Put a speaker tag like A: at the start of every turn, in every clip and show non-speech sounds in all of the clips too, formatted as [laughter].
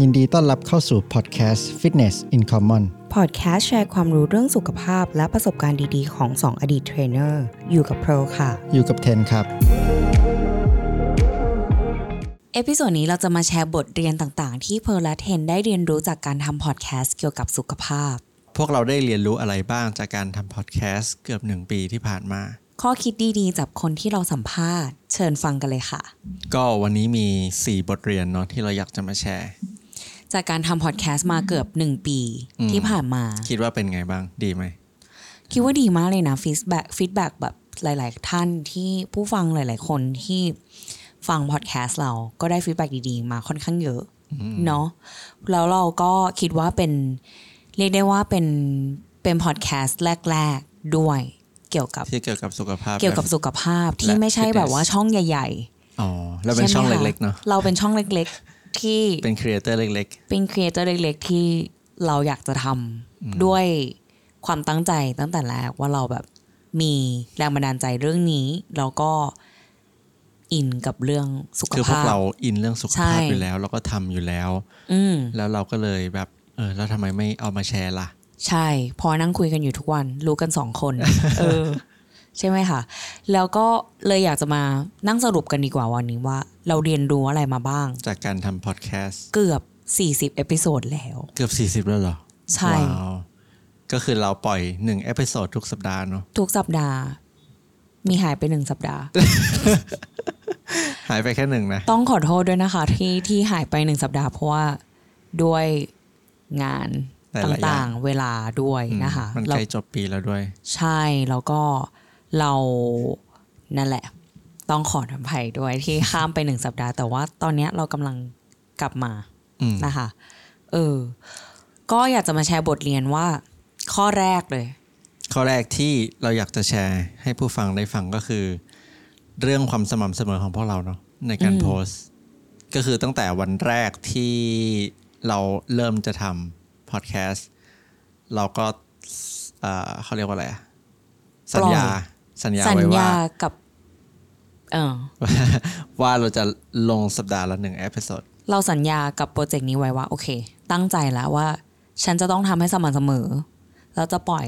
A: ยินดีต้อนรับเข้าสู่พอดแคสต์ Fitness in Common
B: พอดแคสต์แชร์ความรู้เรื่องสุขภาพและประสบการณ์ดีๆ ของ 2 อดีตเทรนเนอร์ อยู่กับโปรค่ะ
A: อยู่กับเทนครับ
B: เอพิโซดนี้เราจะมาแชร์บทเรียนต่างๆ ที่เพร์ลและเทนได้เรียนรู้จากการทำพอดแคสต์เกี่ยวกับสุขภาพ
C: พวกเราได้เรียนรู้อะไรบ้างจากการทำพอดแคสต์เกือบหนึ่งปีที่ผ่านมา
B: ข้อคิดดีๆ จากคนที่เราสัมภาษณ์ เชิญฟังกันเลยค่ะ
C: ก็วันนี้มี 4 บทเรียนเนาะที่เราอยากจะมาแชร์
B: จากการทำพอดแคสต์มาเกือบ 1 ปี
C: อืม
B: ที่ผ่านมา
C: คิดว่าเป็นไงบ้างดีไหม
B: คิดว่าดีมากเลยนะฟีดแบ็กฟีดแบ็กแบบหลาย ๆ ท่านที่ผู้ฟังหลาย ๆ คนที่ฟังพอดแคสต์เราก็ได้ฟีดแบ็กดีๆ มาค่อนข้างเยอะเนาะแล้วเราก็คิดว่าเป็น เรียกได้ว่าเป็นเป็นพอดแคสต์แรก ๆ ด้วยเกี่ยวกับ
C: ที่เกี่ยวกับสุขภาพ
B: เกี่ยวกับสุขภาพที่
C: และ
B: ไม่ใช่แบบว่า
C: fitness
B: ช่องใหญ่
C: อ๋อ
B: ๆ
C: เราเป็นช่อง
B: ใไหม
C: เล็
B: คะ
C: กๆเนาะ
B: เราเป็นช่องเล็ก ๆ ที่
C: เป็นครีเอเตอร์เล็ก
B: เป็นครีเอเตอร์เล็กๆ ที่เราอยากจะทำด้วยความตั้งใจตั้งแต่แรกว่าเราแบบมีแรงบันดาลใจเรื่องนี้ แล้วก็อินกับเรื่องสุข
C: ๆ คือพว
B: ภาก พ
C: เราอินเรื่องสุขภาพ
B: ใช่
C: อยู่แล้วเราก็ทำอยู่แล้ว
B: อืม
C: แล้วเราก็เลยแบบเออแล้วทำไมไม่เอามาแชร์ล่ะ
B: ใช่ พอนั่งคุยกันอยู่ทุกวัน รู้กันสอง
C: [laughs]
B: คน เออ ใช่ไหมคะแล้วก็เลยอยากจะมานั่งสรุปกันดีกว่าวันนี้ว่า เราเรียนรู้อะไรมาบ้าง
C: จากการทำพอดแคสต์
B: เกือบ 40 เอพิโซดแล้ว
C: เกือบ 40 แล้วเหรอ
B: ใช่
C: ว้าวก็คือเราปล่อย1เอพิโซดทุกสัปดาห์เนาะ
B: ทุกสัปดาห์ มีหายไปหนึ่งสัปดาห์
C: หายไปแค่หนึ่งนะ
B: ต้องขอโทษด้วยนะคะ ที่ที่หายไปหนึ่งสัปดาห์เพราะว่าด้วยงาน
C: หลายๆอย่าง
B: ต่างๆ เวลาด้วยนะคะ
C: มัน
B: เรา
C: ใกล้จบปีแล้วด้วย
B: ใช่แล้วก็เรานั่นแหละ ต้องขออภัยด้วยที่ข้ามไปหนึ่งสัปดาห์ แต่ว่าตอนเนี้ยเรากำลังกลับมา
C: อืม
B: นะคะ เออ ก็อยากจะมาแชร์บทเรียนว่า ข้อแรกเลย
C: ข้อแรกที่เราอยากจะแชร์ให้ผู้ฟังได้ฟังก็คือ เรื่องความสม่ำเสมอของพวกเราเนาะในการ
B: อืม
C: โพสต์ ก็คือตั้งแต่วันแรกที่เราเริ่มจะทำพอดแคสต์เราก็เอ่อเขาเรียกว่าอะไรอะสัญญาสัญญา
B: สัญ
C: ไว้
B: ญา
C: ว่า [laughs]
B: กับ เออ
C: ว่าเราจะลงสัปดาห์ละหนึ่งเอพิโซด
B: เราสัญญากับโปรเจกต์นี้ไว้ว่า โอเค ตั้งใจแล้วว่า ฉันจะต้องทำให้สม่ำเสมอ แล้วจะปล่อย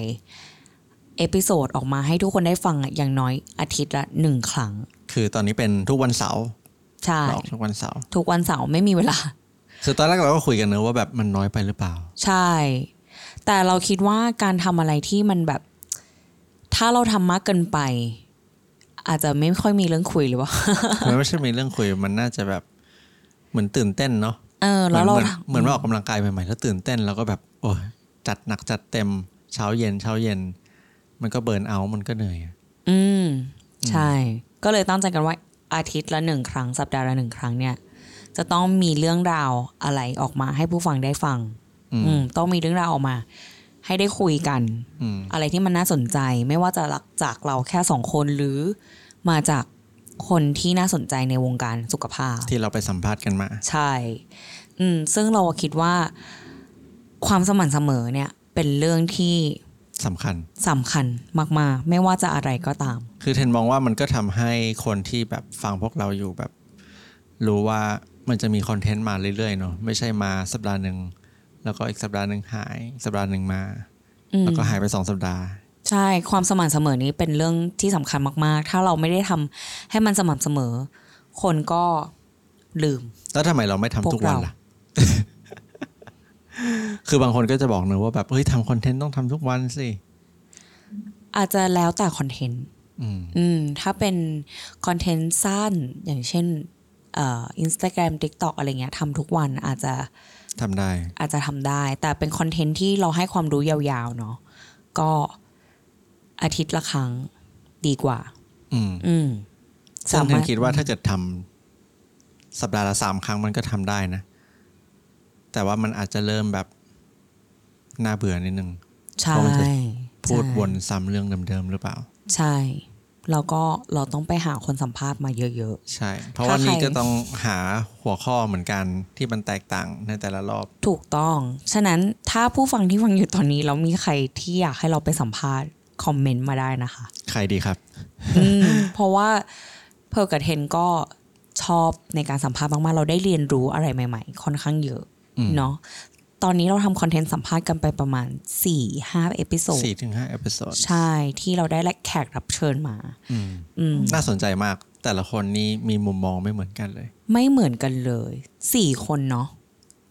B: เอพิโซดออกมาให้ทุกคนได้ฟังอะอย่างน้อยอาทิตย์ละหนึ่งครั้ง
C: คือตอนนี้เป็นทุกวันเสาร์
B: ใช่
C: เราออกทุกวันเสาร์
B: ทุกวันเสาร์ไม่มีเวลา
C: คือตอนแรกเราก็คุยกันเนอะว่าแบบมันน้อยไปหรือเปล่า
B: ใช่ แต่เราคิดว่าการทำอะไรที่มันแบบ ถ้าเราทำมากเกินไป อาจจะไม่ค่อยมีเรื่องคุยหรือว่า [laughs]
C: มันไม่ใช่มีเรื่องคุยมันน่าจะแบบเหมือนตื่นเต้นเนาะ
B: เออ แล้วเรา
C: เหมือนเหมือนว่าออกกำลังกายใหม่ๆแล้วตื่นเต้นแล้วก็แบบโอ้ยจัดหนักจัดเต็มเช้าเย็นเช้าเย็น มันก็เบิร์นเอาท์มันก็เหนื่อยอะ
B: อืม ใช่ ก็เลยตั้งใจกันว่าอาทิตย์ละหนึ่งครั้ง สัปดาห์ละหนึ่งครั้งเนี่ย จะต้องมีเรื่องราวอะไรออกมาให้ผู้ฟังได้ฟัง
C: อืม
B: อืม ต้องมีเรื่องราวออกมา ให้ได้คุยกัน
C: อืม
B: อะไรที่มันน่าสนใจ ไม่ว่าจะหลักจากเราแค่สองคนหรือมาจากคนที่น่าสนใจในวงการสุขภาพ
C: ที่เราไปสัมภาษณ์กันมา
B: ใช่ อืม ซึ่งเราคิดว่าความสม่ำเสมอเนี่ย เป็นเรื่องที่
C: สำคัญ
B: สำคัญมากๆ ไม่ว่าจะอะไรก็ตาม
C: คือเทนมองว่ามันก็ทำให้คนที่แบบฟังพวกเราอยู่แบบ รู้ว่ามันจะมีคอนเทนต์มาเรื่อยๆเนาะไม่ใช่มาสัปดาห์หนึ่งแล้วก็อีกสัปดาห์หนึ่งหายอีกสัปดาห์หนึ่งมา
B: อืม
C: แล้วก็หายไปสองสัปดาห์
B: ใช่ ความสม่ำเสมอนี้เป็นเรื่องที่สำคัญมาก ๆ ถ้าเราไม่ได้ทำให้มันสม่ำเสมอ คนก็ลืม
C: แล้วทำไมเราไม่ทำทุ
B: พวก
C: กวัน
B: เรา
C: ล่ะ [laughs] คือบางคนก็จะบอกเนอะว่าแบบเฮ้ยทำคอนเทนต์ต้องทำทุกวันสิ
B: อาจจะแล้วแต่คอนเทนต์
C: อืม
B: อืม ถ้าเป็นคอนเทนต์สั้น อย่างเช่นเอ่ออินสตาแกรมทิกตอกอะไรเงี้ยทำทุกวันอาจจะ
C: ทำได้
B: อาจจะทำได้ แต่เป็นคอนเทนต์ที่เราให้ความรู้ยาวๆ เนาะก็อาทิตย์ละครั้งดีกว่า
C: อืม
B: อืม
C: ซึ่
B: สาง มารถ
C: ผมคิดว่าถ้าเกิดทำสัปดาห์ละสามครั้งมันก็ทำได้นะ แต่ว่ามันอาจจะเริ่มแบบน่าเบื่อนิดนึง
B: ใช่
C: เพราะมันจะ พูด
B: ใช่
C: วนซ้ำเรื่องเดิมๆหรือเปล่า
B: ใช่ แล้วก็เราต้องไปหาคนสัมภาษณ์มาเยอะ
C: ใช่ เพราะว่า
B: ถ้าใคร
C: นี้ก็ต้องหาหัวข้อเหมือนกันที่มันแตกต่างในแต่ละรอบ
B: ๆ ถูกต้อง ฉะนั้นถ้าผู้ฟังที่ฟังอยู่ตอนนี้แล้วมีใครที่อยากให้เราไปสัมภาษณ์ คอมเมนต์มาได้นะคะ
C: ใครดีครับ
B: อืม เพราะว่าเพอร์ลกับเทนก็ชอบในการสัมภาษณ์มากๆ เราได้เรียนรู้อะไรใหม่ ๆ ค่อนข้างเยอะ เนาะตอนนี้เราทำคอนเทนต์สัมภาษณ์กันไปประมาณ 4-5 เอพิโซด
C: สี่ถึงห้าเอพิโซด
B: ใช่ที่เราได้แขกรับเชิญมา อืม
C: น่าสนใจมากแต่ละคนนี้มีมุมมองไม่เหมือนกันเลย
B: ไม่เหมือนกันเลย สี่คนเนาะ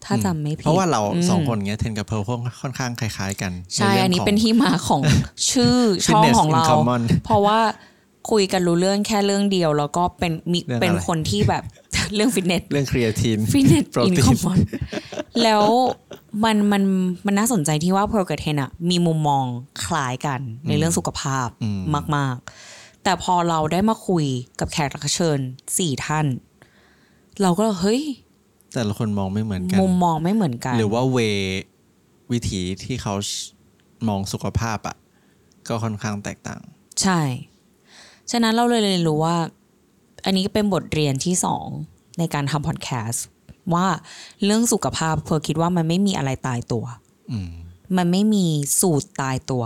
B: ถ้าจำไม่ผิด
C: เพราะว่าเรา
B: ม
C: สองคนเนี้ยเทนกับเพร์ลค่อนข้างคล้ายๆกัน
B: ใช่
C: ใเรื่ง
B: อันนี้
C: ขง
B: เป็นที่มา
C: [laughs]
B: ของ ชื่อช่อง
C: Fitness
B: ของ
C: in
B: เรา
C: Common
B: เพราะว่าคุยกันรู้เรื่องแค่เรื่องเดียว แล้วก็เป็นมี
C: เรื่องอะไร
B: เป็นคนที่แบบ [laughs] เรื่องฟิตเนส
C: เรื่องครีเอทีน
B: ฟิตเนสอิน
C: [laughs] Protein
B: คอมมอนแล้วมันมันมันน่าสนใจที่ว่าเพร์ลกับเทนอะมีมุมมองคล้ายกันในเรื่องสุขภาพ
C: อืม
B: มาก ๆ แต่พอเราได้มาคุยกับแขกรับเชิญสี่ท่าน เราก็เฮ้ย
C: แต่ละคนมองไม่เหมือนกัน
B: มุมมองไม่เหมือนกัน
C: หรือว่าเววิถีที่เขามองสุขภาพอะ่ะ ก็ค่อนข้างแตกต่าง
B: ใช่ ฉะนั้นเราเลยเรียนรู้ว่า อันนี้ก็เป็นบทเรียนที่สองในการทำพอดแคสต์ว่าเรื่องสุขภาพเพอคิดว่ามันไม่มีอะไรตายตัว
C: อืม
B: มันไม่มีสูตรตายตัว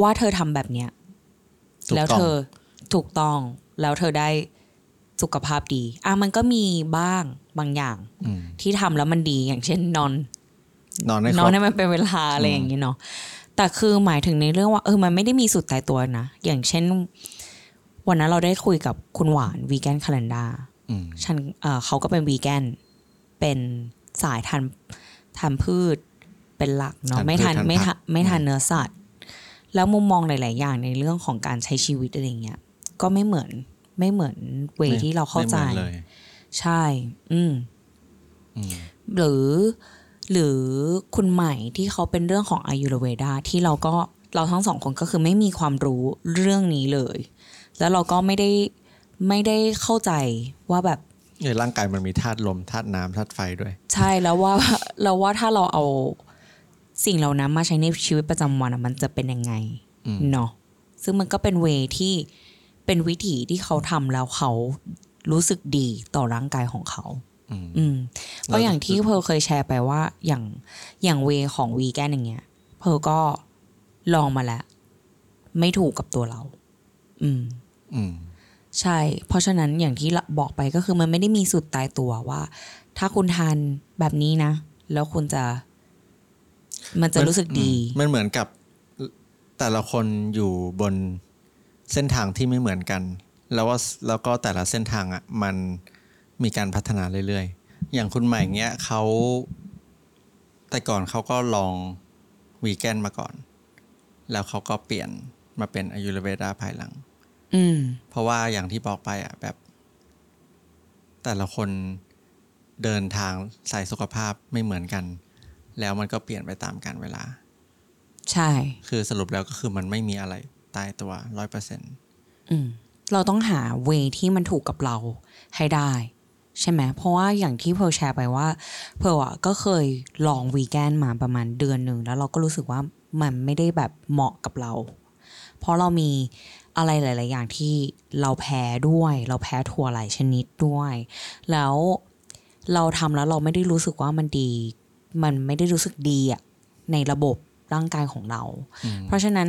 B: ว่าเธอทำแบบเนี้ย
C: ถูก
B: แล้ว
C: ต้อ
B: เธ
C: ง
B: อถูกต้อง แล้วเธอได้สุขภาพดี อ่ะมันก็มีบ้างบางอย่าง
C: ม
B: ที่ทำแล้วมันดีอย่างเช่นนอน
C: นอนได้คน ร
B: อบ นให้มันเป็นเวลาอะไรอย่างนี้เนาะ แต่คือหมายถึงในเรื่องว่าเออ มันไม่ได้มีสูตรตายตัวนะ อย่างเช่น วันนั้นเราได้คุยกับคุณหวานวีแกนคาล endar
C: อืม
B: ฉันเอ่อเขาก็เป็นวีแกน เป็นสายทานทานพืชเป็นหลักเนาะ ไม่ทานไม่ทานไม่ทานเนื้อสัตว์ แล้วมุมมองหลาย ๆ อย่างในเรื่องของการใช้ชีวิตอะไรอย่างเงี้ย ก็ไม่เหมือนไม่เหมือนเว
C: ไม่
B: ที่เราเข้าใจ
C: ไม่หมือนเลย
B: ใช่ อืม
C: อืม
B: หรือหรือคุณใหม่ที่เขาเป็นเรื่องของอายุรเวดาที่เราก็เราทั้งสองคนก็คือไม่มีความรู้เรื่องนี้เลย แล้วเราก็ไม่ได้ไม่ได้เข้าใจว่าแบบ
C: ในร่างกายมันมีธาตุลมธาตุน้ำธาตุไฟด้วย
B: ใช่แล้วว่า [laughs] เราว่าถ้าเราเอาสิ่งเหล่านั้นมาใช้ในชีวิตประจำวันอะมันจะเป็นยังไง
C: อืม
B: เนาะซึ่งมันก็เป็นเวที่เป็นวิถีที่เขาทำแล้วเขารู้สึกดีต่อร่างกายของเขา
C: อืม
B: อืมเพราะ
C: แล้ว
B: อย่างที่เพร์ลเคยแชร์ไปว่าอย่างอย่างเวของวีแกนอย่างเงี้ยเพร์ลก็ลองมาแล้ว ไม่ถูกกับตัวเรา อืม
C: อืม
B: ใช่ เพราะฉะนั้นอย่างที่บอกไปก็คือมันไม่ได้มีสูตรตายตัวว่า ถ้าคุณทานแบบนี้นะ แล้วคุณจะ มันจะรู้สึกดี
C: อืมมันเหมือนกับแต่ละคนอยู่บนเส้นทางที่ไม่เหมือนกัน แล้วว่าแล้วก็แต่ละเส้นทางอ่ะมันมีการพัฒนาเรื่อยๆ อย่างคุณใหม่เงี้ยเขาแต่ก่อนเขาก็ลองวีแกนมาก่อน แล้วเขาก็เปลี่ยนมาเป็นอายุรเวดาภายหลัง
B: อืม
C: เพราะว่าอย่างที่บอกไปอ่ะแบบ แต่ละคนเดินทางสายสุขภาพไม่เหมือนกัน แล้วมันก็เปลี่ยนไปตามกาลเวลา
B: ใช่
C: คือสรุปแล้วก็คือมันไม่มีอะไรตายตัวร้อยเปอร์เซ็นต์
B: อืมเราต้องหาเวที่มันถูกกับเราให้ได้ ใช่ไหมเพราะว่าอย่างที่เพร์ลแชร์ไปว่าเพร์ลอะก็เคยลองวีแกนมาประมาณเดือนหนึ่งแล้วเราก็รู้สึกว่ามันไม่ได้แบบเหมาะกับเรา เพราะเรามีอะไรหลาย ๆ อย่างที่เราแพ้ด้วย เราแพ้ถั่วหลายชนิดด้วย แล้วเราทำแล้วเราไม่ได้รู้สึกว่ามันดี มันไม่ได้รู้สึกดีอะในระบบร่างกายของเรา เพราะฉะนั้น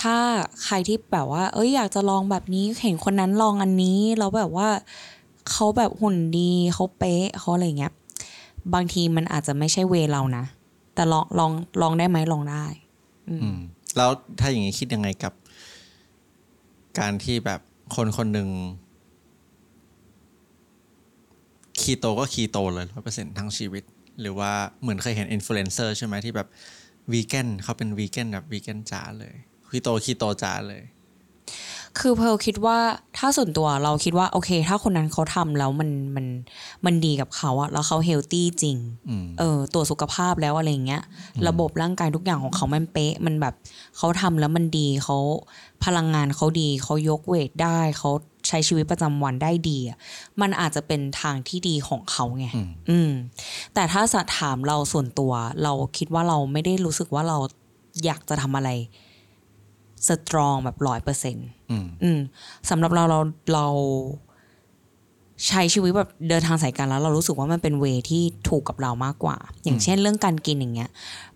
B: ถ้าใครที่แบบว่า เอ้ยอยากจะลองแบบนี้เห็นคนนั้นลองอันนี้แล้วแบบว่าเขาแบบหุ่นดีเขาเป๊ะเขาอะไรเงี้ย บางทีมันอาจจะไม่ใช่เวเรานะ แต่ลองลองลองได้ไหมลองได้
C: แล้วถ้าอย่างนี้คิดยังไงกับ การที่แบบคนคนหนึ่งคีโตก็คีโตเลยร้อยเปอร์เซ็นต์ทั้งชีวิต หรือว่าเหมือนเคยเห็นอินฟลูเอนเซอร์ใช่ไหมที่แบบวีแกนเขาเป็นวีแกนแบบวีแกนจ๋าเลยคีโตคีโตจ๋าเลย
B: คือเพร์ลคิดว่าถ้าส่วนตัวเราคิดว่าโอเค ถ้าคนนั้นเขาทำแล้วมันมันมันดีกับเขาอะแล้วเขาเฮลตี้จริง
C: อืม
B: เออตรวจสุขภาพแล้วอะไรอย่างเงี้ย ระบบร่างกายทุกอย่างของเขามันเป๊ะ มันแบบเขาทำแล้วมันดีเขาพลังงานเขาดีเขายกเวทได้เขาใช้ชีวิตประจำวันได้ดีอะมันอาจจะเป็นทางที่ดีของเขาไง
C: อืม
B: อืม แต่ถ้าสะถามเราส่วนตัว เราคิดว่าเราไม่ได้รู้สึกว่าเราอยากจะทำอะไรสตรองแบบร้อยเปอร์เซ็นต์
C: อืม
B: อืมสำหรับเราเราเราใช้ชีวิตแบบเดินทางสายกลารแล้ว เรารู้สึกว่ามันเป็นเวที่ถูกกับเรามากกว่า อย่างเช่นเรื่องการกินอย่างเงี้ย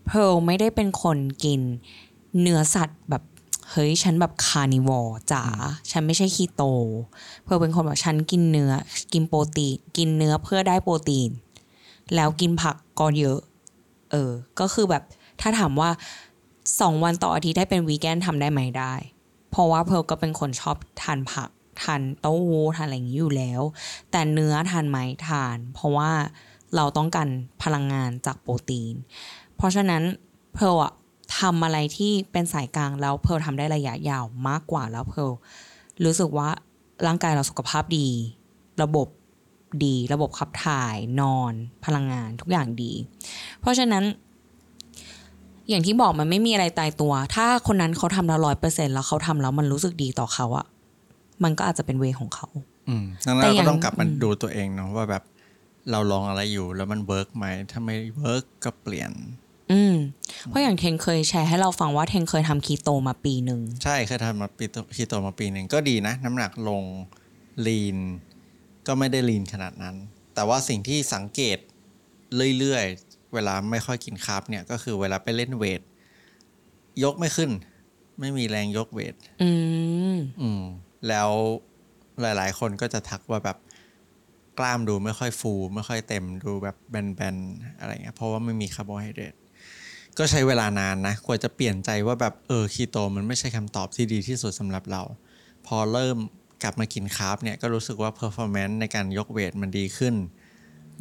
B: เพร์ลไม่ได้เป็นคนกินเนื้อสัตว์แบบเฮ้ยฉันแบบคาร์นิวอร์จ๋าฉันไม่ใช่คีโต เพร์ลเป็นคนแบบฉันกินเนื้อ กินโปรตีนกินเนื้อเพื่อได้โปรตีน แล้วกินผักก่อนเยอะ เออ ก็คือแบบถ้าถามว่าสองวันต่ออาทิตย์ได้เป็นวีแกนทำได้ไหมได้ เพราะว่าเพร์ลก็เป็นคนชอบทานผักทานเต้าหู้ทานอะไรอย่างนี้อยู่แล้ว แต่เนื้อทานไหมทาน เพราะว่าเราต้องการพลังงานจากโปรตีน เพราะฉะนั้นเพร์ลอะทำอะไรที่เป็นสายกลางแล้วเพร์ลทำได้ระยะยาวมากกว่าแล้วเพร์ลรู้สึกว่าร่างกายเราสุขภาพดี ระบบดีระบบขับถ่ายนอน พลังงานทุกอย่างดี เพราะฉะนั้น อย่างที่บอกมันไม่มีอะไรตายตัว ถ้าคนนั้นเขาทำแล้วร้อยเปอร์เซ็นต์แล้วเขาทำแล้วมันรู้สึกดีต่อเขาอะมันก็อาจจะเป็นเวของเขา
C: อืมดังนั้น
B: แต่
C: เรา
B: อย่าง
C: ก็ต้องกลับมาดูตัวเองเนาะว่าแบบเราลองอะไรอยู่แล้วมันเวิร์กไหมถ้าไม่เวิร์กก็เปลี่ยน
B: อืม เพราะอย่างเทนเคยแชร์ให้เราฟังว่าเทนเคยทำคีโตมาปีหนึ่ง
C: ใช่เคยทำมาปีคีโตมาปีหนึ่งก็ดีนะ น้ำหนักลงลีน ก็ไม่ได้ลีนขนาดนั้น แต่ว่าสิ่งที่สังเกตเรื่อยๆ เวลาไม่ค่อยกินคาร์บเนี่ย ก็คือเวลาไปเล่นเวท ยกไม่ขึ้น ไม่มีแรงยกเวท
B: อืม
C: อืม แล้วหลายๆ คนก็จะทักว่าแบบกล้ามดูไม่ค่อยฟู ไม่ค่อยเต็มดูแบบแบนๆ อะไรเงี้ยเพราะว่าไม่มีคาร์โบไฮเดรตก็ใช้เวลานานนะ กว่าจะเปลี่ยนใจว่าแบบเออคีโตมันไม่ใช่คำตอบที่ดีที่สุดสำหรับเรา พอเริ่มกลับมากินคาร์บเนี่ย ก็รู้สึกว่าเพอร์ฟอร์แมนซ์ในการยกเวทมันดีขึ้น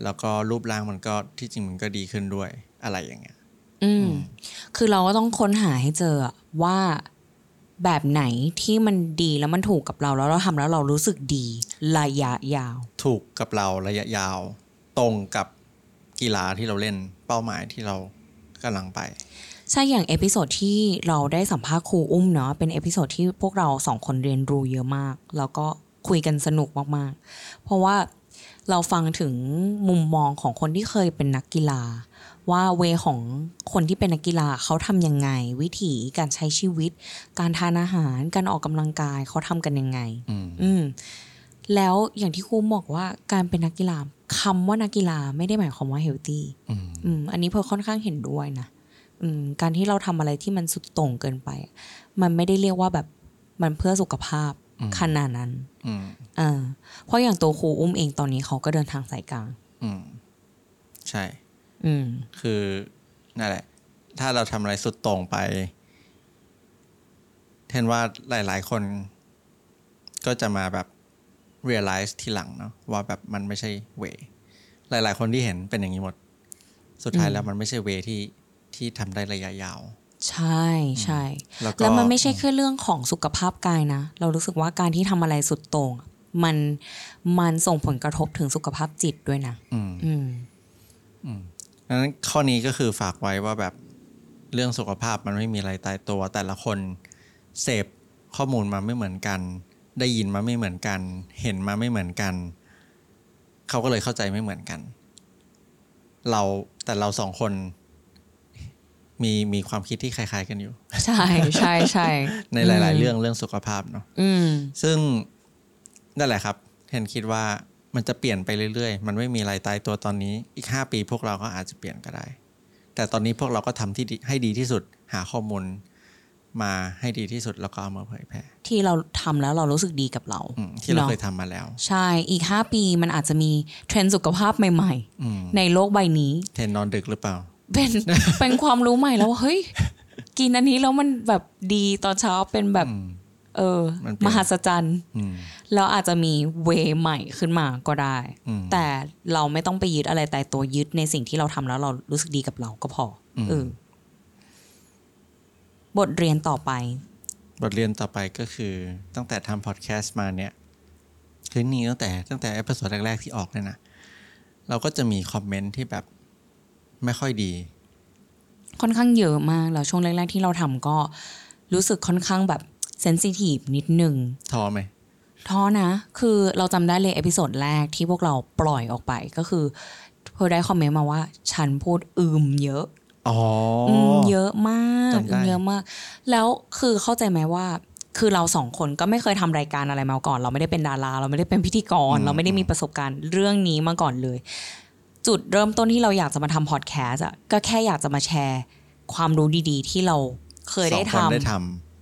C: แล้วก็รูปร่างมันก็ที่จริงมันก็ดีขึ้นด้วยอะไรอย่างเงี้ย
B: อืม คือเราก็ต้องค้นหาให้เจออะว่าแบบไหนที่มันดีแล้วมันถูกกับเราแล้วเราทำแล้วเรารู้สึกดีระยะยาว
C: ถูกกับเราระยะยาว ตรงกับกีฬาที่เราเล่นเป้าหมายที่เรากำลังไป
B: ใช่อย่างเอพิโซดที่เราได้สัมภาษณ์ครูอุ้มเนาะเป็นเอพิโซดที่พวกเราสองคนเรียนรู้เยอะมาก แล้วก็คุยกันสนุกมากๆ เพราะว่าเราฟังถึงมุมมองของคนที่เคยเป็นนักกีฬา ว่าเวของคนที่เป็นนักกีฬาเขาทำยังไง วิถีการใช้ชีวิต การทานอาหารการออกกำลังกายเขาทำกันยังไง
C: อืม
B: อืมแล้วอย่างที่ครูบอกว่าการเป็นนักกีฬาคำว่านักกีฬาไม่ได้หมายความว่าเฮลตี้
C: อืม
B: อืมอันนี้เพอค่อนข้างเห็นด้วยนะอืมการที่เราทำอะไรที่มันสุดโต่งเกินไปอะมันไม่ได้เรียกว่าแบบมันเพื่อสุขภาพ
C: อืม
B: ขนาดนั้น
C: อืม
B: เออเพราะอย่างตัวครูอุ้มเองตอนนี้เขาก็เดินทางสายกลาง
C: อืมใช่
B: อืม
C: คือนั่นแหละ ถ้าเราทำอะไรสุดโต่งไปเห็นว่าหลาย ๆ คนก็จะมาแบบ realize ทีหลังเนาะว่าแบบมันไม่ใช่เวหลาย ๆ คนที่เห็นเป็นอย่างนี้หมด สุดท้ายแล้วมันไม่ใช่เวที่ที่ทำได้ระยะยาว
B: ใช่ใช่
C: แล้วก็
B: แล้วมันไม่ใช่แค่เรื่องของสุขภาพกายนะ เรารู้สึกว่าการที่ทำอะไรสุดโต่งอะมันมันส่งผลกระทบถึงสุขภาพจิตด้วยนะ
C: อืม
B: อืม
C: ดังนั้นข้อนี้ก็คือฝากไว้ว่าแบบเรื่องสุขภาพมันไม่มีอะไรตายตัว แต่ละคนเสพข้อมูลมาไม่เหมือนกัน ได้ยินมาไม่เหมือนกัน เห็นมาไม่เหมือนกัน เขาก็เลยเข้าใจไม่เหมือนกัน เราแต่เราสองคน มีมีความคิดที่คล้าย ๆ กันอยู่
B: ใช่ใช่ใช่
C: [laughs] ในหลาย ๆ เรื่องเรื่องสุขภาพเนาะ
B: อืม
C: ซึ่งนั่นแหละครับเทนคิดว่ามันจะเปลี่ยนไปเรื่อยๆ มันไม่มีอะไรตายตัวตอนนี้ อีก 5 ปีพวกเราก็อาจจะเปลี่ยนก็ได้ แต่ตอนนี้พวกเราก็ทำที่ดีให้ดีที่สุด หาข้อมูลมาให้ดีที่สุดแล้วก็เอามาเผยแพร่
B: ที่เราทำแล้วเรารู้สึกดีกับเรา
C: อืมที่เรา
B: นะ
C: เคยทำมาแล้ว
B: ใช่ อีก 5 ปีมันอาจจะมีเทรนด์สุขภาพใหม่
C: อืม
B: ๆ ในโลกใบนี้
C: เทนนอนดึกหรือเปล่า
B: เป็น
C: [laughs]
B: เป็นความรู้ใหม่แล้วว่าเฮ้ย กินอันนี้แล้วมันแบบดีตอนเช้าเป็นแบบ เออ
C: มันเป็น
B: มหัศจรรย์
C: อืม
B: เราอาจจะมีเวใหม่ขึ้นมาก็ได้
C: อืม
B: แต่เราไม่ต้องไปยึดอะไรแต่ตัวยึดในสิ่งที่เราทำแล้วเรารู้สึกดีกับเราก็พออเออบทเรียนต่อไป
C: บทเรียนต่อไปก็คือตั้งแต่ทำพอดแคสต์มาเนี่ยคือนี่ตั้งแต่ตั้งแต่เอพิโซดแรก ๆ ที่ออกเลยนะ เราก็จะมีคอมเมนต์ที่แบบไม่ค่อยดี
B: ค่อนข้างเยอะมากแล้วช่วงแรกๆที่เราทำก็รู้สึกค่อนข้างแบบเซนซิทีฟนิดนึง
C: ท้อไหม
B: ท้อนะ คือเราจำได้เลยเอพิโซดแรกที่พวกเราปล่อยออกไปก็คือเพื่อได้คอมเมนต์มาว่า ฉันพูดอืมเยอะ
C: อ๋ออ
B: อืมเยอะมาก
C: จำได้
B: เยอะมาก แล้วคือเข้าใจไหมว่า คือเราสองคนก็ไม่เคยทำรายการอะไรมาก่อน เราไม่ได้เป็นดารา เราไม่ได้เป็นพิธีกร เราไม่ได้มีประสบการณ์เรื่องนี้มาก่อนเลย จุดเริ่มต้นที่เราอยากจะมาทำพอดแคสต์อะก็แค่อยากจะมาแชร์ ความรู้ดีๆ ที่เราเคยได้
C: สองคน
B: ทำ
C: ได้ท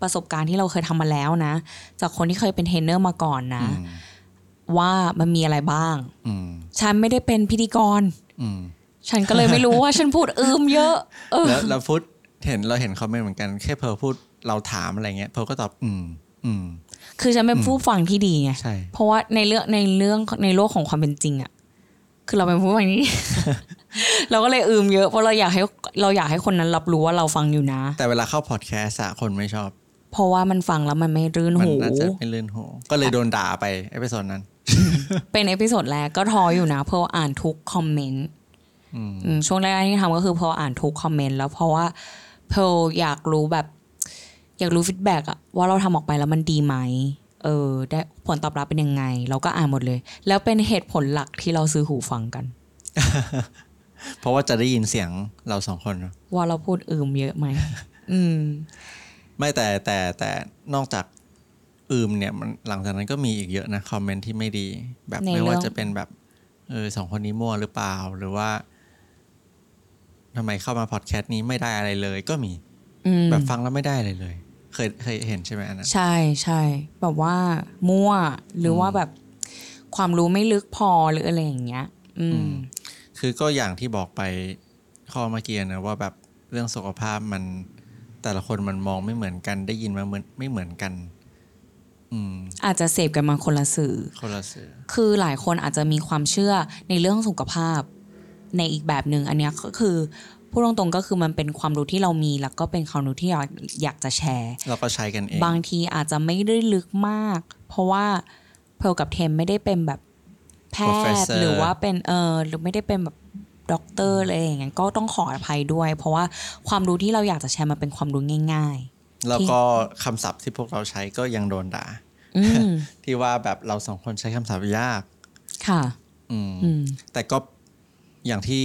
B: ประสบการณ์ที่เราเคยทำมาแล้วนะ จากคนที่เคยเป็นเทรนเนอร์มาก่อน
C: ำ
B: นะ
C: อืม
B: ว่ามันมีอะไรบ้าง
C: อืม
B: ฉันไม่ได้เป็นพิธีกร
C: อืม
B: ฉันก็เลยไม่
C: [laughs]
B: รู้ว่าฉันพูดอืมเยอะ เออ
C: แล้วเราพูดเห็นเราเห็นคอมเมนต์เหมือนกันแค่เพอพูดเราถามอะไรเงี้ยเพอก็ตอบอืม อืม
B: คือฉันเป็นผู้ฟังที่ดีไง
C: ใช่
B: เพราะว่าในเรื่องในเรื่องในโลกของความเป็นจริงอะคือเราเป็นผู้ฟังที่ [laughs] เราก็เลยอืมเยอะเพราะเราอยากให้เราอยากให้คนนั้นรับรู้ว่าเราฟังอยู่นะ
C: แต่เวลาเข้าพอดแคสต์อะคนไม่ชอบ
B: เพราะว่ามันฟังแล้วมันไม่รื่น
C: มั
B: หู
C: น่าจะไม่ลื่นหูก็เลยโดนด่าไปเอพิโซดนั้น
B: เป็นเอพิโซดแรกก็ท้ออยู่นะ เพราะว่าอ่านทุกคอมเมนต์อืมช่วงแรกๆที่ทำก็คือเพออ่านทุกคอมเมนต์แล้วเพราะว่าเพลอยากรู้แบบ อยากรู้ฟีดแบ็กอะว่าเราทำออกไปแล้วมันดีไหมเออ ได้ผลตอบรับเป็นยังไง เราก็อ่านหมดเลย แล้วเป็นเหตุผลหลักที่เราซื้อหูฟังกัน
C: เพราะว่าจะได้ยินเสียงเราสองคนเนอะ
B: ว่าเราพูดอืมเยอะไห [laughs] ม อืม
C: ไม่แต่แต่แต่นอกจากอืมเนี่ยมันหลังจากนั้นก็มีอีกเยอะนะคอมเมนต์ที่ไม่ดี แบบ
B: ใน
C: ไม่ว่า
B: เรื่อง
C: จะเป็นแบบเออสองคนนี้มั่วหรือเปล่า หรือว่าทำไมเข้ามาพอดแคสต์นี้ไม่ได้อะไรเลย ก็มี
B: อืม
C: แบบฟังแล้วไม่ได้อะไรเลย เคยเคยเห็นใช่ไหมอันนั้น
B: ใช่ใช่แบบว่ามั่วหรือว่าแบบความรู้ไม่ลึกพอหรืออะไรอย่างเงี้ย อืม
C: คือก็อย่างที่บอกไปข้อเมื่อกี้นะว่าแบบเรื่องสุขภาพมันแต่ละคนมันมองไม่เหมือนกันได้ยินมาเหมือนไม่เหมือนกัน อืม
B: อาจจะเสพกันมาคนละสื่อ
C: คนละสื่อ
B: คือหลายคนอาจจะมีความเชื่อในเรื่องสุขภาพ ในอีกแบบหนึ่งอันเนี้ยก็คือพูดตรงๆก็คือมันเป็นความรู้ที่เรามี แล้วก็เป็นความรู้ที่เราอยากจะแชร์
C: เราก็ใช้กันเอง
B: บางทีอาจจะไม่ได้ลึกมาก เพราะว่าเพลกับเทมไม่ได้เป็นแบบแพทย์
C: Professor
B: หรือว่าเป็นเออหรือไม่ได้เป็นแบบด็อกเตอร์อะไรอย่างเงี้ยก็ต้องขออภัยด้วย เพราะว่าความรู้ที่เราอยากจะแชร์มันเป็นความรู้ง่าย
C: แล้วก็คำศัพท์ที่พวกเราใช้ก็ยังโดนด่า
B: ๆ อืม
C: ที่ว่าแบบเราสองคนใช้คำศัพท์ยาก
B: ค่ะ
C: อืม
B: อืม
C: แต่ก็อย่างที่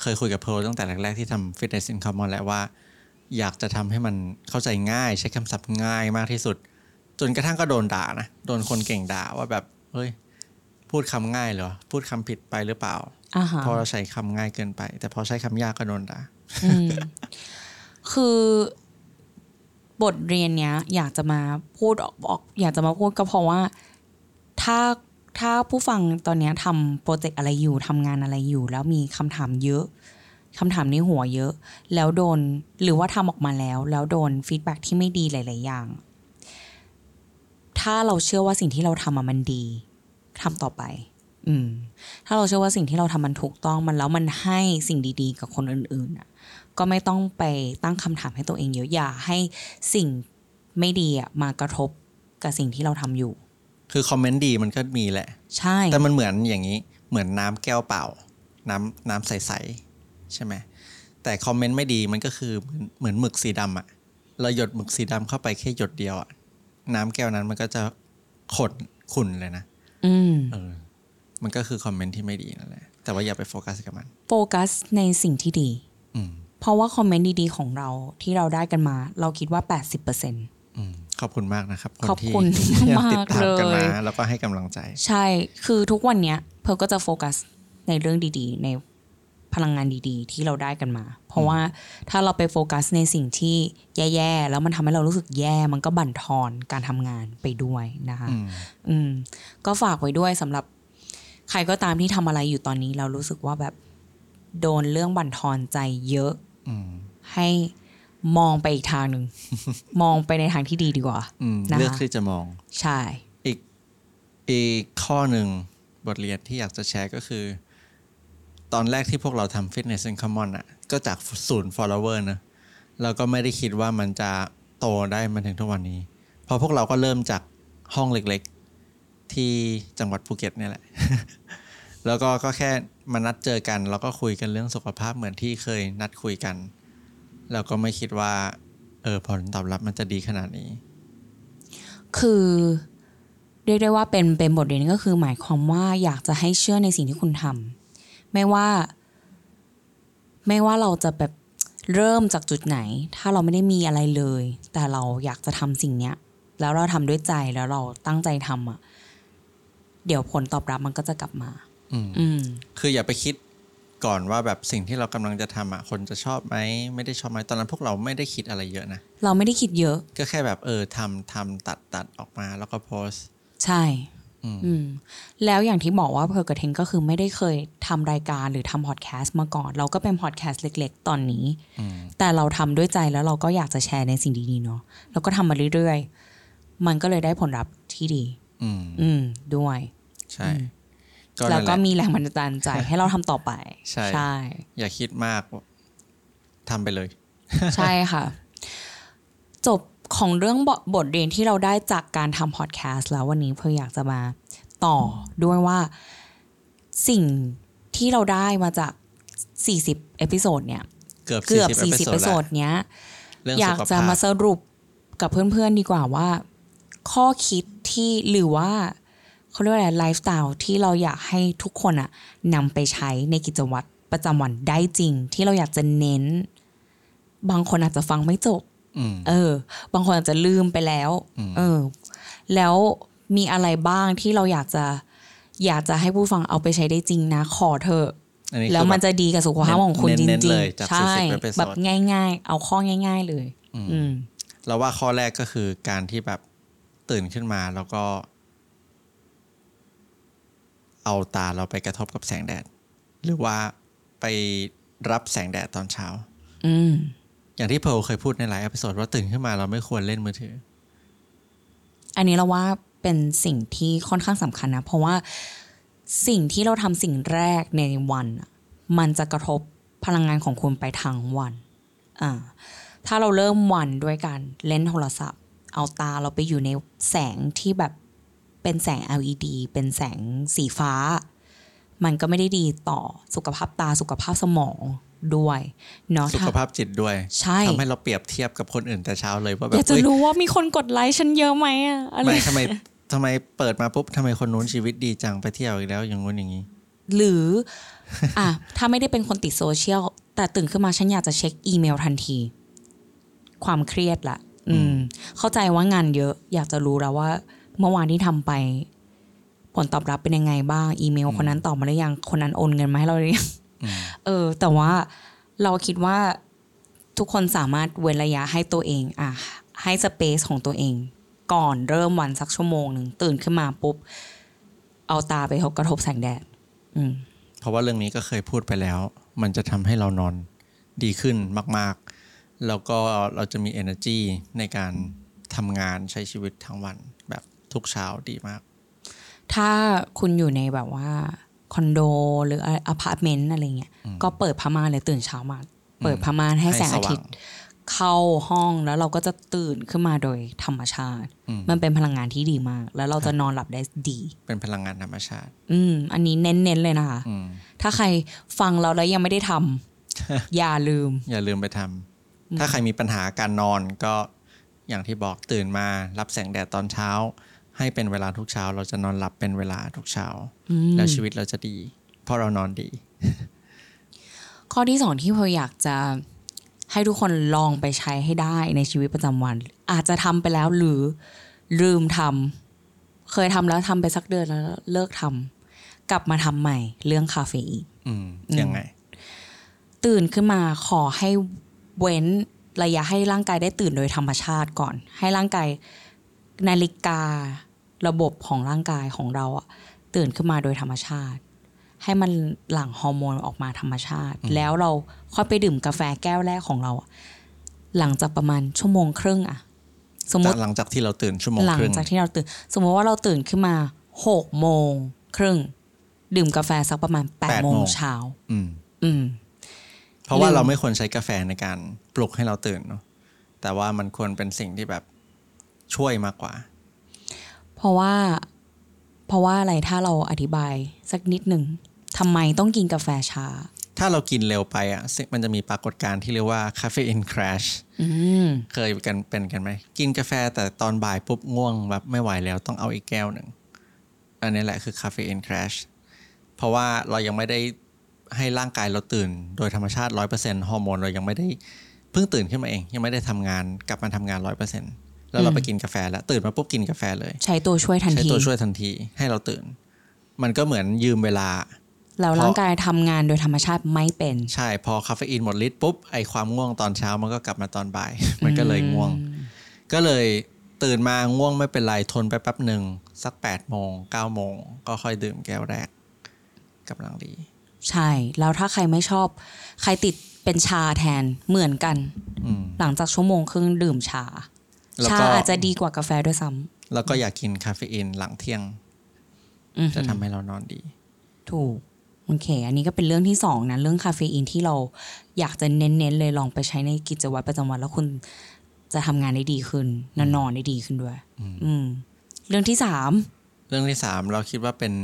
C: เคยคุยกับเพร์ลตั้งแต่แรก ๆ ที่ทำ Fitness in Common แล้วว่า อยากจะทำให้มันเข้าใจง่าย ใช้คำศัพท์ง่ายมากที่สุด จนกระทั่งก็โดนด่านะ โดนคนเก่งด่าว่าแบบ เฮ้ย พูดคำง่ายเหรอ พูดคำผิดไปหรือเปล่า
B: อ่าฮะ
C: เพอเราใช้คำง่ายเกินไป แต่พอใช้คำยากก็โดนด่า
B: อืมคือบทเรียนเนี้ย อยากจะมาพูดออกออกอยากจะมาพูดก็เพราะว่าถ้าถ้าผู้ฟังตอนเนี้ยทำโปรเจกต์อะไรอยู่ทำงานอะไรอยู่ แล้วมีคำถามเยอะคำถามในหัวเยอะ แล้วโดนหรือว่าทำออกมาแล้ว แล้วโดนฟีดแบ็กที่ไม่ดีหลาย ๆ อย่าง ถ้าเราเชื่อว่าสิ่งที่เราทำอะมันดีทำต่อไป อืม ถ้าเราเชื่อว่าสิ่งที่เราทำมันถูกต้องมันแล้วมันให้สิ่งดี ๆ กับคนอื่น ๆอะ ก็ไม่ต้องไปตั้งคำถามให้ตัวเองเยอะอย่าให้สิ่งไม่ดีอะมากระทบกับสิ่งที่เราทำอยู่
C: คือคอมเมนต์ดีมันก็มีแหละ
B: ใช่
C: แต่มันเหมือนอย่างนี้เหมือนน้ำแก้วเปล่า น้ำน้ำใสๆใช่ไหมแต่คอมเมนต์ไม่ดีมันก็คือเหมือนเหมือนหมึกสีดำอะเราหยดหมึกสีดำเข้าไปแค่หยดเดียวอะน้ำแก้วนั้นมันก็จะขดขุ่นเลยนะ
B: อืม
C: เออ มันก็คือคอมเมนต์ที่ไม่ดีนั่นแหละแต่ว่าอย่าไปโฟกัสกับมัน
B: โฟกัสในสิ่งที่ดี
C: อืม
B: เพราะว่าคอมเมนต์ดีๆ ของเราที่เราได้กันมา เราคิดว่า 80%
C: อืมขอบคุณมากนะครับน
B: ขอบ
C: ที่
B: คุณ
C: ยัง
B: มาก
C: ติดตามกันมา
B: เลย
C: แล้วก็ให้กำลังใจ
B: ใช่ คือทุกวันเนี้ย เพร์ลก็จะโฟกัสในเรื่องดีๆ ในพลังงานดีๆ ที่เราได้กันมา เพราะว่าถ้าเราไปโฟกัสในสิ่งที่แย่ๆ แล้วมันทำให้เรารู้สึกแย่ มันก็บั่นทอนการทำงานไปด้วยนะคะ
C: อืม
B: อืมก็ฝากไว้ด้วยสำหรับใครก็ตามที่ทำอะไรอยู่ตอนนี้ เรารู้สึกว่าแบบโดนเรื่องบั่นทอนใจเยอะ
C: อืม
B: ให้มองไปอีกทางห
C: [laughs]
B: นึ่ง มองไปในทางที่ดีดีกว่า
C: อืม
B: นะคะ
C: เลือกที่จะมอง
B: ใช่
C: อีกอีกข้อหนึ่งบทเรียนที่อยากจะแชร์ก็คือ ตอนแรกที่พวกเราทำ Fitness in Common อ่ะ ก็จากศูนย์ follower นะเราก็ไม่ได้คิดว่ามันจะโตได้มาถึงทุกวันนี้ เพราะพวกเราก็เริ่มจากห้องเล็กๆ ที่จังหวัดภูเก็ตเนี่ยแหละ [laughs] แล้วก็ก็แค่มานัดเจอกัน แล้วก็คุยกันเรื่องสุขภาพเหมือนที่เคยนัดคุยกัน แล้วก็ไม่คิดว่าเออผลตอบรับมันจะดีขนาดนี้
B: คือเรียกได้ว่าเป็นเป็นบทเรียนก็คือหมายความว่าอยากจะให้เชื่อในสิ่งที่คุณทำไม่ว่า ไม่ว่าเราจะแบบเริ่มจากจุดไหน ถ้าเราไม่ได้มีอะไรเลย แต่เราอยากจะทำสิ่งเนี้ย แล้วเราทำด้วยใจแล้วเราตั้งใจทำอ่ะ เดี๋ยวผลตอบรับมันก็จะกลับมา
C: อืม
B: อืม
C: คืออย่าไปคิดก่อนว่าแบบสิ่งที่เรากำลังจะทำอ่ะคนจะชอบไหมไม่ได้ชอบไหมตอนนั้นพวกเราไม่ได้คิดอะไรเยอะนะ
B: เราไม่ได้คิดเยอะ
C: ก็แค่แบบเออทำทำตัดตัดออกมาแล้วก็โพสต์
B: ใช่ อืมแล้วอย่างที่บอกว่าเพอร์กเทนก็คือไม่ได้เคยทำรายการหรือทำพอดแคสต์มาก่อน เราก็เป็นพอดแคสต์เล็ก ๆ ตอนนี้ แต่เราทำด้วยใจแล้วเราก็อยากจะแชร์ในสิ่งดีๆเนาะแล้วก็ทำมาเรื่อยๆ มันก็เลยได้ผลลัพธ์ที่ดี
C: อืม
B: อืมด้วย
C: ใช่นั่นหะ
B: แล้วก็มีแรงบันดาลใจให้เราทำต่อไป
C: ใช่
B: ใช่
C: อย่าคิดมากทำไปเลย
B: ใช่ค่ะ จบของเรื่องบบทเรียนที่เราได้จากการทำพอดแคสต์แล้ววันนี้เพื่ออยากจะมาต่อด้วยว่าสิ่งที่เราได้มาจาก 40 เอพิโซดเนี่ย
C: เกือบ
B: เกือบ40
C: 40 episode
B: เอพิโซด
C: แล้ว
B: เนี้ย
C: เรื่อง
B: อยา
C: สุ
B: ก
C: ข
B: จะ
C: ภา
B: มา
C: พ
B: สรุปกับเพื่อนๆดีกว่าว่า ข้อคิดที่หรือว่าเขาเรียกว่าอะไรไลฟ์สไตล์ที่เราอยากให้ทุกคนอะนำไปใช้ในกิจวัตรประจำวันได้จริง ที่เราอยากจะเน้น บางคนอาจจะฟังไม่จบ
C: อืม
B: เออ บางคนอาจจะลืมไปแล้ว
C: อืม
B: เออ แล้วมีอะไรบ้างที่เราอยากจะ อยากจะให้ผู้ฟังเอาไปใช้ได้จริงนะ ขอเถอะ
C: อันนี้คือ
B: แล้วมัน
C: บบ
B: จะดีกับสุขภาพของคุณจ
C: เน้นๆ
B: ริง
C: เลยจาก
B: ๆ ใช่
C: 40 episode
B: แบบง่าย ๆ เอาข้อง่าย ๆ เลย อืม
C: เราว่าข้อแรกก็คือการที่แบบตื่นขึ้นมาแล้วก็ เอาตาเราไปกระทบกับแสงแดด หรือว่าไปรับแสงแดดตอนเช้า
B: อืม
C: อย่างที่เพร์ลเคยพูดในหลายอพิโซดว่าตื่นขึ้นมาเราไม่ควรเล่นมือถือ
B: อันนี้เราว่าเป็นสิ่งที่ค่อนข้างสำคัญนะ เพราะว่าสิ่งที่เราทำสิ่งแรกในวันน่ะมันจะกระทบพลังงานของคุณไปทั้งวันอ่าถ้าเราเริ่มวันด้วยการเล่นโทรศัพท์ เอาตาเราไปอยู่ในแสงที่แบบเป็นแสง LED เป็นแสงสีฟ้า มันก็ไม่ได้ดีต่อสุขภาพตาสุขภาพสมองด้วยเนาะ
C: สุข
B: ถ้า
C: ภาพจิตด้วย
B: ใช่
C: ทำให้เราเปรียบเทียบกับคนอื่นแต่เช้าเลยว่าแบ
B: อบ ยากจะ
C: เฮ้ย
B: รู้ว่ามีคนกดไลค์ฉันเยอะไหมอะอะไร
C: ไม่ทำไมทำไมเปิดมาปุ๊บทำไมคนนู้นชีวิตดีจังไปเที่ยวอีกแล้ว อย่างงู้นอย่างนี้
B: หรือ [laughs] อ่ะ ถ้าไม่ได้เป็นคนติดโซเชียล แต่ตื่นขึ้นมาฉันอยากจะเช็คอีเมลทันที ความเครียดละอืม เข้าใจว่างานเยอะ อยากจะรู้แล้วว่า เมื่อวานที่ทำไป ผลตอบรับเป็นยังไงบ้าง อีเมล คนนั้นตอบมาหรือยัง คนนั้นโอนเงินมาให้เราหรือยัง [laughs] เออ แต่ว่าเราคิดว่าทุกคนสามารถเว้นระยะให้ตัวเอง อ่ะ ให้สเปซของตัวเอง ก่อนเริ่มวันสักชั่วโมงหนึ่งตื่นขึ้นมาปุ๊บ เอาตาไปกระทบแสงแดด อืม
C: เพราะว่าเรื่องนี้ก็เคยพูดไปแล้ว มันจะทำให้เรานอนดีขึ้นมาก ๆ แล้วก็เราจะมี energy ในการทำงานใช้ชีวิตทั้งวันแบบทุกเช้าดีมาก
B: ถ้าคุณอยู่ในแบบว่า คอนโดหรืออพาร์ตเมนต์อะไรเงี้ย ก็เปิดผ้าม่านเลยตื่นเช้ามา เปิดผ้าม่านให้แสงอาทิตย์ เข้าห้องแล้วเราก็จะตื่นขึ้นมาโดยธรรมชาติ
C: อืม
B: มันเป็นพลังงานที่ดีมาก แล้วเราจะนอนหลับได้ดี
C: เป็นพลังงานธรรมชาติ
B: อืม อันนี้เน้นๆเลยนะคะ
C: อืม
B: ถ้าใครฟังเราแล้วยังไม่ได้ทำ [laughs] อย่าลืม
C: อย่าลืมไปทำถ้าใครมีปัญหาการนอนก็อย่างที่บอกตื่นมารับแสงแดดตอนเช้า ให้เป็นเวลาทุกเช้า เราจะนอนหลับเป็นเวลาทุกเช้า แล้วชีวิตเราจะดี เพราะเรานอนดี
B: ข้อที่สองที่เราอยากจะให้ทุกคนลองไปใช้ให้ได้ในชีวิตประจำวัน อาจจะทำไปแล้วหรือลืมทำเคยทำแล้วทำไปสักเดือนแล้วเลิกทำกลับมาทำใหม่เรื่องคาเฟอีน
C: อืมยังไง
B: ตื่นขึ้นมาขอให้เว้นระยะให้ร่างกายได้ตื่นโดยธรรมชาติก่อน ให้ร่างกายนาฬิการะบบของร่างกายของเราอะตื่นขึ้นมาโดยธรรมชาติ ให้มันหลั่งฮอร์โมนออกมาธรรมชาติ แล้วเราค่อยไปดื่มกาแฟแก้วแรกของเราอะหลังจากประมาณชั่วโมงครึ่งอะสมมติ
C: หลังจากที่เราตื่นชั่วโมง
B: หลั
C: ครึ่ง
B: จากที่เราตื่น สมมติว่าเราตื่นขึ้นมาหกโมงครึ่ง ดื่มกาแฟสักประมาณแปด
C: 8
B: โมง
C: โมง
B: เช้า
C: อืม
B: อืม
C: เพราะว่า
B: ลืม
C: เราไม่ควรใช้กาแฟในการปลุกให้เราตื่นเนาะแต่ว่ามันควรเป็นสิ่งที่แบบช่วยมากกว่า
B: เพราะว่าเพราะว่าอะไรถ้าเราอธิบายสักนิดหนึ่งทำไมต้องกินกาแฟช้า
C: ถ้าเรากินเร็วไปอ่ะซึ่งมันจะมีปรากฏการณ์ที่เรียกว่าคาเฟอีนคราช
B: อืม
C: เคยกันเป็นกันไหม กินกาแฟแต่ตอนบ่ายปุ๊บง่วงแบบไม่ไหวแล้วต้องเอาอีกแก้วหนึ่ง อันนี้แหละคือคาเฟอีนคราชเพราะว่าเรายังไม่ได้ให้ร่างกายเราตื่น โดยธรรมชาติร้อยเปอร์เซ็นต์ฮอร์โมนเรายังไม่ได้เพิ่งตื่นขึ้นมาเอง ยังไม่ได้ทำงานกลับมาทำงานร้อยเปอร์เซ็นต์แล้วเราไปกินกาแฟแล้วตื่นมาปุ๊บกินกาแฟเลย
B: ใช้ตัวช่วยทัน
C: ใช้
B: ที
C: ตัวช่วยทันทีให้เราตื่น มันก็เหมือนยืมเวลา
B: แล้ว
C: เพราะ
B: ร่างกายทำงานโดยธรรมชาติไม่เป็น
C: ใช่พอคาเฟอีนหมดฤทธิ์ปุ๊บไอความง่วงตอนเช้ามันก็กลับมาตอนบ่าย [laughs] มันก็เลยง่วง ก็เลยตื่นมาง่วงไม่เป็นไรทนไปแป๊บหนึ่ง สัก8ปดโมงเก้าโมงก็ค่อยดื่มแก้วแรกกำลังดี
B: ใช่ แล้วถ้าใครไม่ชอบ ใครติดเป็นชาแทนเหมือนกัน
C: อืม
B: หลังจากชั่วโมงครึ่งดื่มชา
C: แล้ว
B: ชา
C: ก็
B: อาจจะดีกว่ากาแฟด้วยซ้
C: แล้วก็อยากกินคาเฟอีนหลังเที่ยง
B: ำอือหือ
C: จะทำให้เรานอนดี
B: ถูกโอเค อันนี้ก็เป็นเรื่องที่สองนะ เรื่องคาเฟอีนที่เราอยากจะเน้น ๆ เลยลองไปใช้ในกิจวัตรประจำวัน แล้วคุณจะทำงานได้ดีขึ้นนอนนอนได้ดีขึ้นด้วย อืม เรื่องที่สาม
C: เรื่องที่สามเราคิดว่าเป็น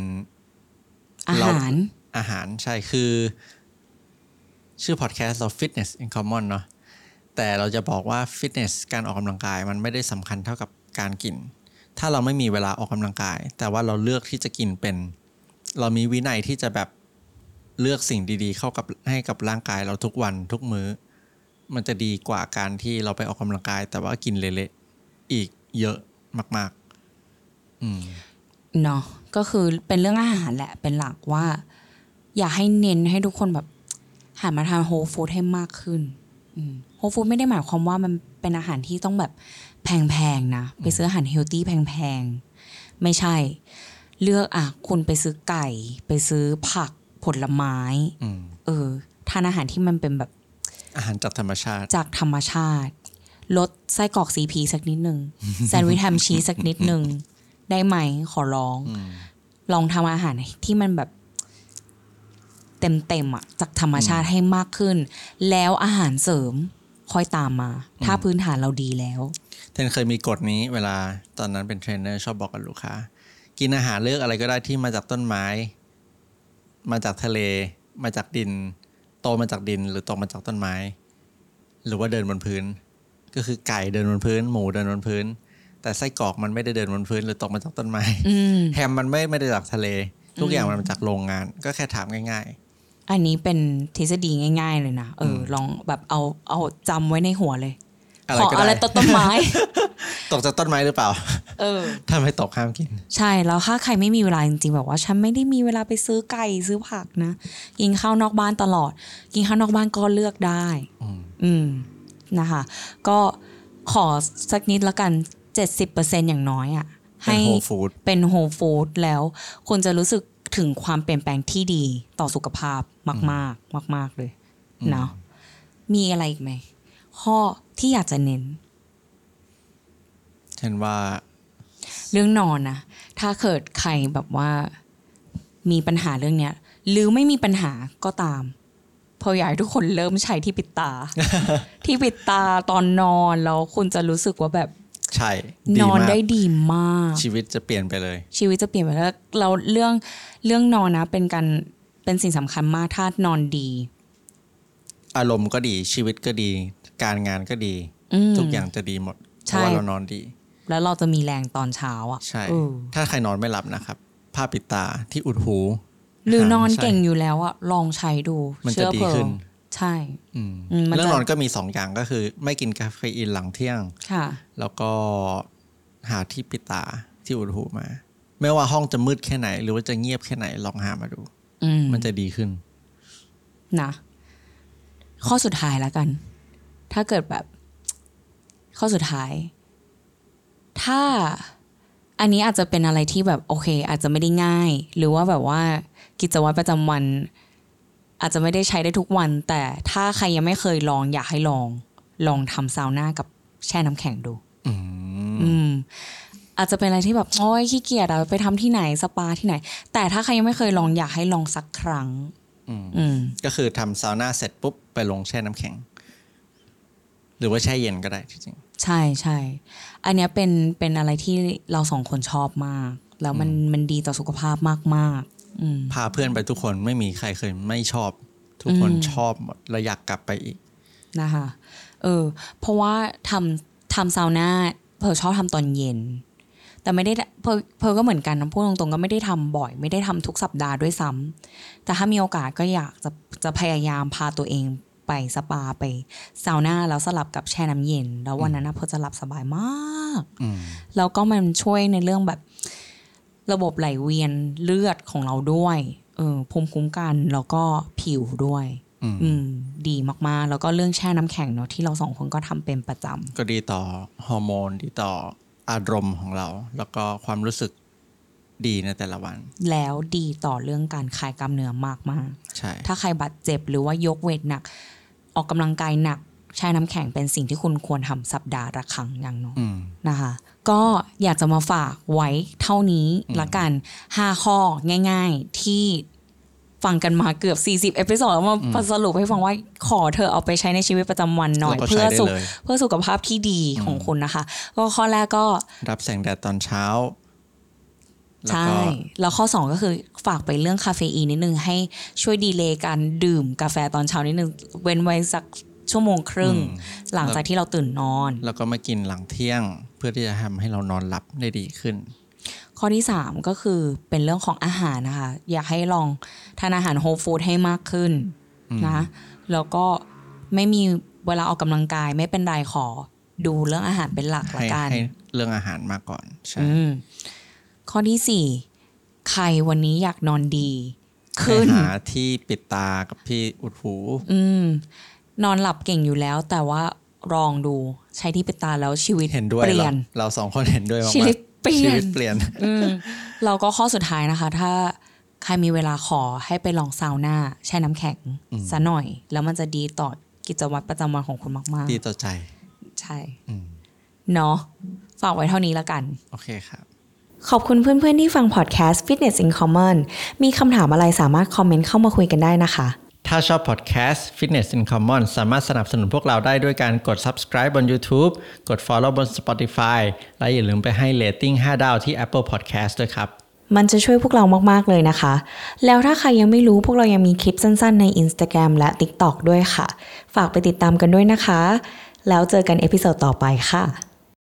B: อา
C: เรา
B: หาร
C: อาหารใช่คือ ชื่อพอดแคสต์เรา Fitness in Common เนาะแต่เราจะบอกว่าฟิตเนสการออกกำลังกายมันไม่ได้สำคัญเท่ากับการกิน ถ้าเราไม่มีเวลาออกกำลังกาย แต่ว่าเราเลือกที่จะกินเป็น เรามีวินัยที่จะแบบเลือกสิ่งดีๆ เข้ากับให้กับร่างกายเราทุกวันทุกมื้อ มันจะดีกว่าการที่เราไปออกกำลังกาย แต่ว่ากินเละๆอีกเยอะมาก ๆ อืม
B: เนาะก็คือเป็นเรื่องอาหารแหละ เป็นหลักว่า อยากให้เน้นให้ทุกคนแบบหันมาทานโฮลฟู้ดให้มากขึ้นโฮลฟู้ดไม่ได้หมายความว่ามันเป็นอาหารที่ต้องแบบแพงๆนะ ไปซื้ออาหารเฮลตี้แพงๆ ไม่ใช่ เลือกอ่ะคุณไปซื้อไก่ ไปซื้อผักผลไม้
C: อืม
B: เออทานอาหารที่มันเป็นแบบ
C: อาหารจากธรรมชาติ
B: จากธรรมชาติ ลดไส้กรอกซีพีสักนิดหนึ่งแซนด์วิชแฮมชีสสักนิดหนึ่งได้ไหมขอร้อง
C: อืม
B: ลองทำอาหารที่มันแบบเต็มเต็มๆอะจากธรรมชาติให้มากขึ้น แล้วอาหารเสริมค่อยตามมา ถ้าพื้นฐานเราดีแล้ว
C: เทนเคยมีกฎนี้เวลาตอนนั้นเป็นเทรนเนอร์ชอบบอกกับลูกค้า กินอาหารเลือกอะไรก็ได้ที่มาจากต้นไม้ มาจากทะเล มาจากดิน โตมาจากดิน หรือโตมาจากต้นไม้ หรือว่าเดินบนพื้น ก็คือไก่เดินบนพื้น หมูเดินบนพื้น แต่ไส้กรอกมันไม่ได้เดินบนพื้น หรือตกมาจากต้นไม้
B: อืม
C: แฮมมันไม่ไม่ได้จากทะเล ทุกอย่างมันมาจากโรงงาน ก็แค่ถามง่าย
B: อันนี้เป็นทฤษฎีง่าย ๆ เลยนะเอออลองแบบเอาเอาจำไว้ในหัวเลย
C: ๆ อะไร
B: ขอ
C: ก็
B: อะไร
C: ได้
B: ต้นต้น
C: [laughs]
B: ไม้
C: ตกจากต้นไม้หรือเปล่า [laughs]
B: เออ
C: ถ้าไม่ตกห้ามกิน
B: ใช่แล้วถ้าใครไม่มีเวลาจริงๆแบบว่า ฉันไม่ได้มีเวลาไปซื้อไก่ซื้อผักนะกินข้าวนอกบ้านตลอด กินข้าวนอกบ้านก็เลือกได้
C: อืม
B: อืมนะคะ ก็ขอสักนิดละกัน 70%อย่างน้อยอะ่ะ
C: เป็
B: ให้
C: นโฮลฟู้ด
B: เป็นโฮลฟู้ดแล้วคุณจะรู้สึกถึงความเปลี่ยนแปลงที่ดีต่อสุขภาพมาก ๆ มาก ๆ เลยเนาะมีอะไรอีกไหม ข้อที่อยากจะเน้น
C: เช่นว่า
B: เรื่องนอนนะถ้าเกิดใครแบบว่ามีปัญหาเรื่องเนี้ย หรือไม่มีปัญหาก็ตามเพออยากให้ทุกคนเริ่มใช้ที่ปิดตา
C: [laughs]
B: ที่ปิดตาตอนนอนแล้วคุณจะรู้สึกว่าแบบ
C: ใช่
B: นอน
C: มาก
B: ได้ดีมาก
C: ชีวิตจะเปลี่ยนไปเลย
B: ชีวิตจะเปลี่ยนไปแล้วเราเรื่องเรื่องนอนนะ เป็นการเป็นสิ่งสำคัญมากถ้านอนดี
C: อารมณ์ก็ดีชีวิตก็ดี การงานก็ดี
B: อืม
C: ทุกอย่างจะดีหมดเพ
B: ใช่
C: ราะว่าเรานอนดี
B: แล้วเราจะมีแรงตอนเช้าอ่ะ
C: ใช่
B: เออ
C: ถ้าใครนอนไม่หลับนะครับผ้าปิดตาที่อุดหู
B: หรือนอน
C: ใช่
B: เก่งอยู่แล้วอ่ะลองใช้ดู
C: มันจะ
B: เชื่อ
C: ดี
B: เพลิ
C: ขึ้
B: ง
C: น
B: ใช่
C: อืม
B: อืมมันจะ
C: เรื่องนอนก็มีสองอย่างก็คือ ไม่กินคาเฟอีนหลังเที่ยง
B: ค่ะ
C: แล้วก็หาที่ปิดตาที่อุดหูมา ไม่ว่าห้องจะมืดแค่ไหน หรือว่าจะเงียบแค่ไหนลองหามาดู
B: อืม
C: มันจะดีขึ้น
B: นะข้อสุดท้ายแล้วกัน ถ้าเกิดแบบ ข้อสุดท้าย ถ้าอันนี้อาจจะเป็นอะไรที่แบบโอเค อาจจะไม่ได้ง่าย หรือว่าแบบว่ากิจวัตรประจำวัน อาจจะไม่ได้ใช้ได้ทุกวัน แต่ถ้าใครยังไม่เคยลอง อยากให้ลอง ลองทำซาวน่ากับแช่น้ำแข็งดู
C: อืม
B: อืม อาจจะเป็นอะไรที่แบบโอ้ยขี้เกียจอะไปทำที่ไหนสปาที่ไหน แต่ถ้าใครยังไม่เคยลองอยากให้ลองสักครั้ง อืม
C: ก็คือทำซาวน่าเสร็จปุ๊บไปลงแช่น้ำแข็ง หรือว่าแช่เย็นก็ได้จริง
B: ใช่ใช่ อันเนี้ยเป็นเป็นอะไรที่เราสองคนชอบมาก แล้วมันมันดีต่อสุขภาพมาก ๆ อืม
C: พาเพื่อนไปทุกคนไม่มีใครเคยไม่ชอบ ทุกคน
B: อืม
C: ชอบหมดและอยากกลับไปอีก
B: นะคะ เออ เพราะว่าทำทำซาวน่าเพอชอบทำตอนเย็น แต่ไม่ได้เพอเพอก็เหมือนกันนะพูดตรงๆก็ไม่ได้ทำบ่อย ไม่ได้ทำทุกสัปดาห์ด้วยซ้ำแต่ถ้ามีโอกาสก็อยากจะจะพยายามพาตัวเองไปสปาไปซาวน่าแล้วสลับกับแช่น้ำเย็น แล้ววันนั้นนะเพอจะหลับสบายมาก
C: อืม
B: แล้วก็มันช่วยในเรื่องแบบระบบไหลเวียนเลือดของเราด้วยเออภูมิคุ้มกันแล้วก็ผิวด้วย
C: อืม
B: อืม ดีมากๆ แล้วก็เรื่องแช่น้ำแข็งเนาะที่เราสองคนก็ทำเป็นประจำ
C: ก็ดีต่อฮอร์โมนดีต่ออารมณ์ของเรา แล้วก็ความรู้สึก ดีในแต่ละวัน
B: แล้วดีต่อเรื่องการคลายกล้ามเนื้อมากมาก
C: ใช่
B: ๆถ้าใครบาดเจ็บหรือว่ายกเวทหนัก ออกกำลังกายหนัก ใช้น้ำแข็งเป็นสิ่งที่คุณควรทำสัปดาห์ละครั้งอย่างน้อย
C: อืม
B: นะคะ ก็อยากจะมาฝากไว้เท่านี้ละกัน 5 ข้อง่ายๆที่ฟังกันมาเกือบ 40 เอพิโซดแล้วมาสรุปให้ฟังว่าขอเธอเอาไปใช้ในชีวิตประจำวันหน่อย
C: เราก็ใช้
B: เพื่อสุข
C: ได้เลย
B: เพื่อสุขภาพที่ดีของคุณนะคะ ก็ข้อแรกก็
C: รับแสงแดดตอนเช้า แล้ว
B: ใช่
C: ก็
B: แล้วข้อ 2 ก็คือฝากไปเรื่องคาเฟอีนนิดนึง ให้ช่วยดีเลย์การดื่มกาแฟตอนเช้านิดนึง เว้นไว้สักชั่วโมงครึ่ง
C: อืม
B: หลังจากที่เราตื่นนอน
C: แล้วก็มากินหลังเที่ยง เพื่อที่จะทำให้เรานอนหลับได้ดีขึ้น
B: ข้อที่ 3 ก็คือเป็นเรื่องของอาหารนะคะ อยากให้ลองทานอาหารโฮ e ฟู้ดให้มากขึ้นนะแล้วก็ไม่มีเวลาออกกำลังกายไม่เป็นไรขอดูเรื่องอาหารเป็นหลักละ
C: ให้
B: กัน
C: ให้เรื่องอาหารมาก่อนใช่
B: อืม ข้อที่สี่ใครวันนี้อยากนอนดีขึ้น
C: ให้หาที่ปิดตากับที่อุดหู
B: อืม นอนหลับเก่งอยู่แล้ว แต่ว่าลองดูใช้ที่ปิดตาแล้วชีวิต
C: เห็นด้วย
B: เปลี่ย
C: เรา
B: น
C: เราสองคนเห็นด้วยมาก
B: ชีวิต
C: ๆ
B: เปลี่ยน
C: ชีวิตเปลี่ยน
B: อืมแล้วก็ข้อสุดท้ายนะคะ ถ้าใครมีเวลาขอให้ไปลองซาวน่าแช่น้ำแข็งซะหน่อย แล้วมันจะดีต่อกิจวัตรประจำวันของคุณมาก
C: ดีต่อใจ
B: ๆ ใช่
C: อืม
B: เนาะฝากไว้เท่านี้แล้วกัน
C: โอเคครับ
B: ขอบคุณเพื่อนๆที่ฟังพอดแคสต์ Fitness in Common มีคำถามอะไรสามารถคอมเมนต์เข้ามาคุยกันได้นะคะ
C: ถ้าชอบพอดแคสต์ Fitness in Common สามารถสนับสนุนพวกเราได้ด้วยการกด subscribe บน YouTube กด follow บน Spotify และอย่าลืมไปให้ rating 5 ดาวที่ Apple Podcast ด้วยครับ
B: มันจะช่วยพวกเรามาก ๆ เลยนะคะ แล้วถ้าใครยังไม่รู้พวกเรายังมีคลิปสั้น ๆ ใน Instagram และ TikTok ด้วยค่ะ ฝากไปติดตามกันด้วยนะคะ แล้วเจอกันเอพิโซดต่อไปค่ะ